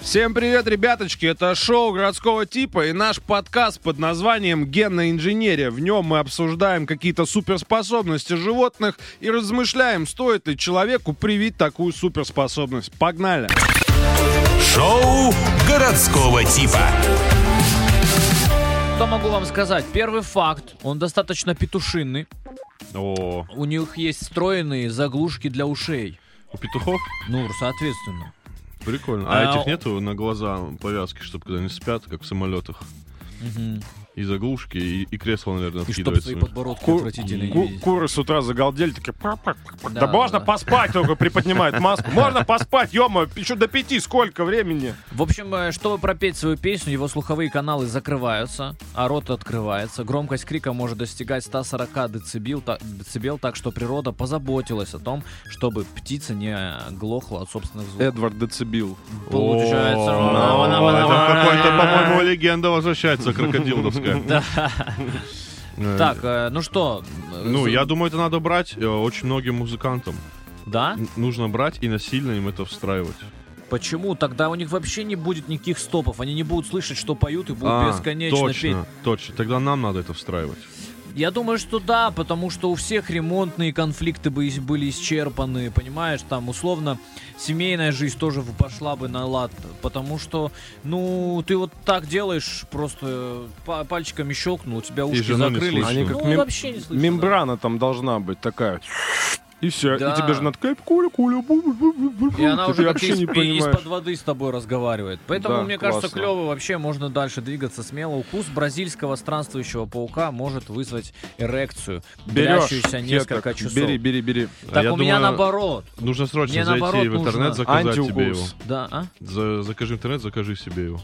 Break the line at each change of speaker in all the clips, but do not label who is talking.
Всем привет, ребяточки! Это шоу городского типа и наш подкаст под названием «Генная инженерия». В нем мы обсуждаем какие-то суперспособности животных и размышляем, стоит ли человеку привить такую суперспособность. Погнали!
Шоу городского типа.
Что могу вам сказать? Первый факт, он достаточно петушинный.
О,
У них есть встроенные заглушки для ушей.
У петухов?
Ну, соответственно.
Прикольно. А,
А,
этих
у-
нету на глаза повязки, чтобы когда они спят, как в самолетах?
Мгм.
И заглушки, и, и кресло, наверное,
И чтоб
откидывается.
свои подбородки
Ку-
отвратительные
ку-
не видеть.
куры с утра загалдели, такие... «Пап-пап-пап». Да,
Да,
можно
да.
поспать только, приподнимает маску. Можно поспать, ё еще до пяти сколько времени?
В общем, э, чтобы пропеть свою песню, его слуховые каналы закрываются, а рот открывается. Громкость крика может достигать 140 децибел, та- децибел, так что природа позаботилась о том, чтобы птица не глохла от собственных звуков.
Эдвард Децибил.
Получается.
Э, О, это какой-то, по-моему, легенда возвращается крокодиловская.
Да.
Э,
Так, э, ну что? э,
Ну,
з-
я думаю, это надо брать э, очень многим музыкантам.
Да?
Н- Нужно брать и насильно им это встраивать.
Почему? Тогда у них вообще не будет никаких стопов. Они не будут слышать, что поют, и будут
А,
бесконечно
точно, точно. Тогда нам надо это встраивать.
петь. Я думаю, что да, потому что у всех ремонтные конфликты бы ис- были исчерпаны, понимаешь, там, условно, семейная жизнь тоже бы пошла бы на лад, потому что, ну, ты вот так делаешь, просто э, па- пальчиками щелкнул, у тебя ушки
жену не
закрылись.
слышно. Они
как
ну,
мем-
вообще не слышно. да.
Мембрана там должна быть такая. И все.
Да.
И тебе же надо кайп куля куля бу- бу- бу- бу- бу- бу.
И она
Ты
уже как
вообще
из,
не понимаешь.
под воды с тобой разговаривает. Поэтому,
Да,
мне кажется,
классно.
клево вообще можно дальше двигаться смело. Укус бразильского странствующего паука может вызвать эрекцию,
Берешь
длящуюся несколько
кеток,
часов.
Бери, бери, бери.
Так
А Я
у меня
думаю,
наоборот.
Нужно срочно
Мне
зайти
наоборот
в интернет,
нужно.
заказать себе его.
Антиукус.
Да, а?
За- закажи интернет, закажи себе его.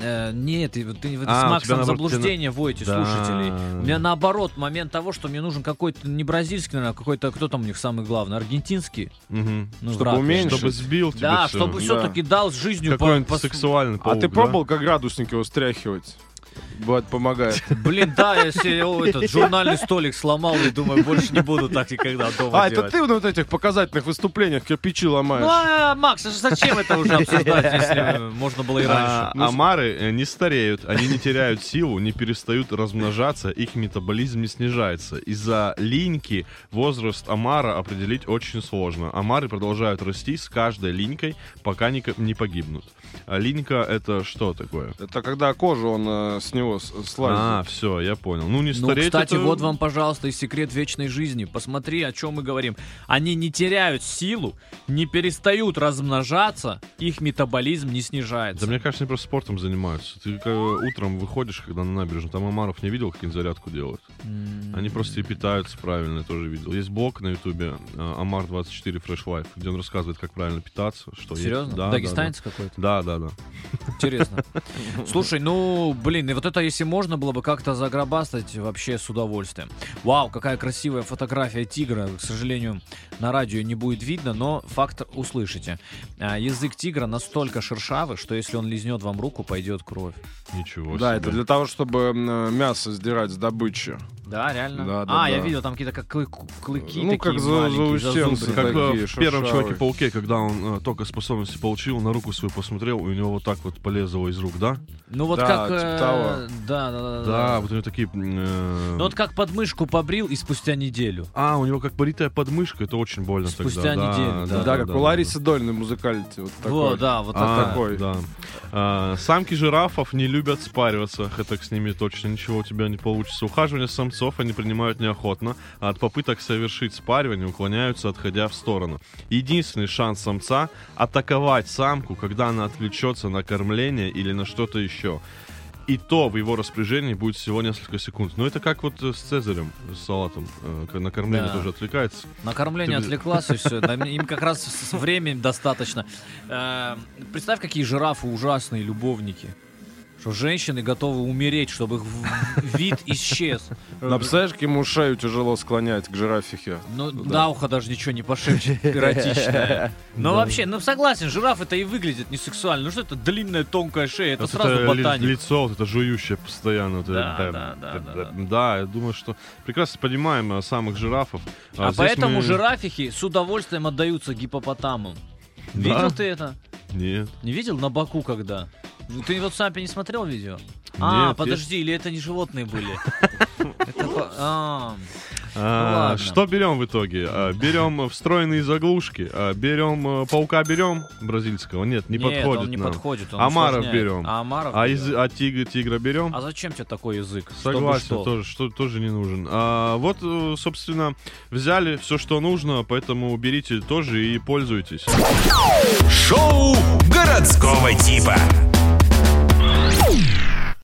Э, нет, ты, ты- вы
А,
с
у тебя
Максом в
наоборот,
заблуждение вводите
Да.
слушателей. У меня наоборот момент того, что мне нужен какой-то не бразильский, наверное, а какой-то, кто там у них самый главный, аргентинский.
Мгм.
Ну,
Чтобы
враг.
уменьшить.
Чтобы сбил тебя
Да,
всё.
чтобы все-таки дал с жизнью
Какой-нибудь
по- по-
сексуальный
А
паук,
ты
да?
пробовал как градусник его стряхивать? А, Бывает, помогает.
Блин, да, я себе о, этот журнальный столик сломал и думаю, больше не буду так никогда дома
А, это
делать.
ты на вот этих показательных выступлениях кирпичи
Ну,
ломаешь.
а, Макс, а зачем это уже обсуждать, если э, можно было и
А,
раньше? Ну,
омары э, не стареют, они не теряют силу, не перестают размножаться, их метаболизм не снижается. Из-за линьки возраст омара определить очень сложно. Омары продолжают расти с каждой линькой, пока не, ко- не погибнут. А линька это что такое?
Это когда кожу он э, с него с-
А,
слазит.
все, я понял. Ну, не
Ну,
стареют.
кстати,
это-
вот вам, пожалуйста, и секрет вечной жизни. Посмотри, о чем мы говорим. Они не теряют силу, не перестают размножаться, их метаболизм не
Да
снижается.
мне кажется, они просто спортом занимаются. Ты э, утром выходишь, когда на набережную, там омаров не видел, как они зарядку делают.
М,
Они просто и питаются правильно, я тоже видел. Есть блог на ютубе э, Амар24 Fresh Life, где он рассказывает, как правильно питаться, что есть.
Серьезно?
Да, да,
Дагестанец какой-то?
Да, да, да.
Интересно. Слушай, ну, блин, и вот это, если можно было бы как-то загробастать, вообще с удовольствием. Вау, какая красивая фотография тигра. К сожалению, на радио не будет видно, но факт услышите. А, Язык тигра настолько шершавый, что если он лизнет вам руку, пойдет кровь.
Ничего
Да,
себе.
это для того, чтобы м, э, мясо сдирать с добычи.
Да, реально?
Да, да,
а, я
да.
видел, там какие-то как клы- клыки
Ну,
такие
как за-
маленькие,
заусенцы,
зазубренные.
Как э,
Такие
в первом
шершавые.
Человеке-пауке, когда он э, только способности получил, на руку свою посмотрел, и у него вот так вот полезло из рук, да?
Ну, вот
Да,
как...
типа
э,
того.
Да, да, да,
Да,
да.
вот у него такие... м, э,
Ну, вот как подмышку побрил и спустя неделю.
А, у него как бритая подмышка, это очень больно
Спустя
тогда. да,
неделю, да.
Да, как у Ларисы Дольной музыкальти. Вот
Вот,
такой.
да, вот
А,
такая.
такой.
да. А, самки жирафов не любят спариваться, так с ними точно ничего у тебя не получится. Ухаживание самцов они принимают неохотно, а от попыток совершить спаривание уклоняются, отходя в сторону. Единственный шанс самца — атаковать самку, когда она отвлечется на кормление или на что-то еще. И то в его распоряжении будет всего несколько секунд. Но это как вот э, с Цезарем, с салатом. э, к- На кормление
Да.
тоже отвлекается.
На кормление
Ты бы-
отвлеклась, и все. Им как раз с с временем достаточно. Э, Представь, какие жирафы ужасные любовники. Что женщины готовы умереть, чтобы их в- вид исчез.
На псешке ему шею тяжело склонять к жирафихе.
Ну, на ухо даже ничего не пошепчешь, эротичное. Но вообще, ну согласен, жираф это и выглядит не сексуально. Ну что это длинная тонкая шея, это
Вот
сразу
ли-
ботаник.
лицо, вот это жующее постоянно. вот
Да,
это-
да, да, да, да.
Да, я думаю, что прекрасно понимаем а, самых жирафов.
А
здесь
поэтому
мы-
жирафихи с удовольствием отдаются гипопотамам.
Да?
Видел ты это?
Нет.
Не видел на боку когда? Ну, Ты вот сами не смотрел видео?
Нет,
А,
я-
подожди, или это не животные были? Это по- а,
А,
ладно.
что берем в итоге? А, берем встроенные заглушки, а, берем э, паука берем бразильского. Нет, не
Нет,
подходит.
он не
нам.
подходит. он
Амаров
усложняет.
берем.
А Амаров
А,
берем.
из, а тигра, тигра берем?
А зачем тебе такой язык? Чтобы
Согласен,
что?
тоже, что, тоже не нужен. А, вот, э, собственно, взяли все, что нужно, поэтому берите тоже и пользуйтесь.
Шоу городского типа.